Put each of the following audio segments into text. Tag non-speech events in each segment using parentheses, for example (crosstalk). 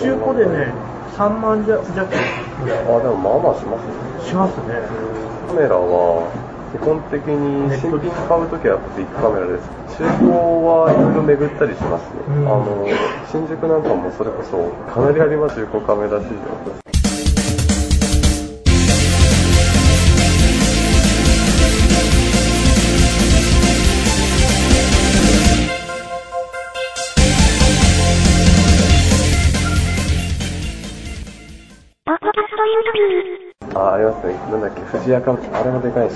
中古でね、3万弱弱あ、でもまあまあしますね。しますね。カメラは、基本的に新品買うときはやっぱビッグカメラです。中古はいろいろ巡ったりしますね。うんあの、新宿なんかもそれこそ、かなりありますよ、中古カメラ市場。あ、ありますね。なんだっけ、藤屋カメラ。あれもでかいし。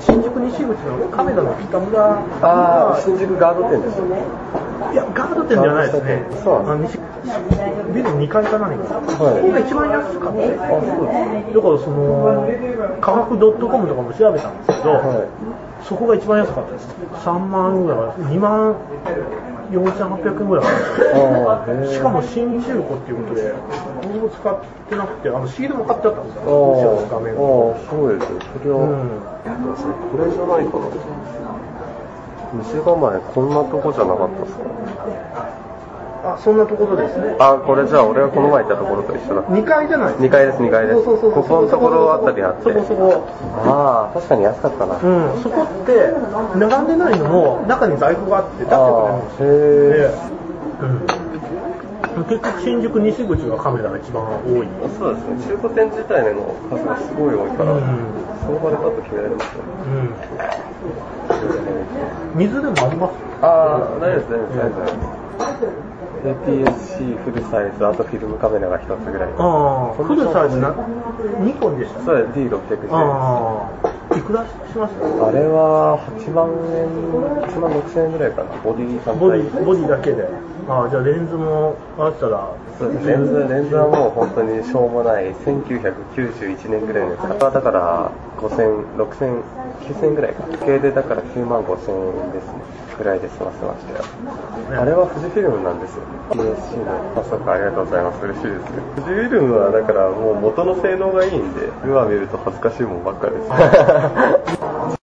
新宿西口のカメラの北村がああ、新宿ガード店ですよ。いや、ガード店じゃないですね。そうなあの西ビル2階か何か。はいここが一番安かった。あ、だかそうです。らその、価格 .com とかも調べたんですけど、はそこが一番安かったです。3万ぐらい、2万4800円ぐらいかな。あーへーしかも新中古っていうことで、僕も使ってなくて、あのシールも買ってあったんですよ、ああ、後ろの画面を。ああ、そうですよ。それは、うんそれこれじゃないかな。店構え、こんなとこじゃなかったっすかあ、そんなところですね。あ、これじゃあ俺がこの前行ったところと一緒だ。 2階じゃない2階です、2階です。そうそうそうここのところあたりあって。そこそこ。ああ、確かに安かったな。あうん、そこって、並んでないのも、中に在庫があって出してくあー、れるへんですえ。よ。うん、結局新宿西口がカメラが一番多い。そうですね、中古店自体の数がすごい多いから、うん相場でパッと決められますよね。うん、水でもありますああ、大丈夫です、大丈夫です。APS-C フルサイズ、あとフィルムカメラが一つぐらい。ああ、フルサイズな、2本でした。そうです、D610。あああ、いくらしましたれは8万円、8万6千円ぐらいかな、ボディ単ボデ体。ィボディだけで。ああ、じゃあレンズも合わせたら、そうですレンズ、レンズはもう本当にしょうもない、1991年ぐらいのやつ。あとはだから、5000、6000、9000円ぐらいか。計でだから9万5000円ですね。ぐらいで済ませましたよ。あれは富士フィルムなんですよ。PSC の。あ、そうか、ありがとうございます。嬉しいです。富士フィルムはだ (laughs) からもう元の性能がいいんで、今見ると恥ずかしいもんばっかりです。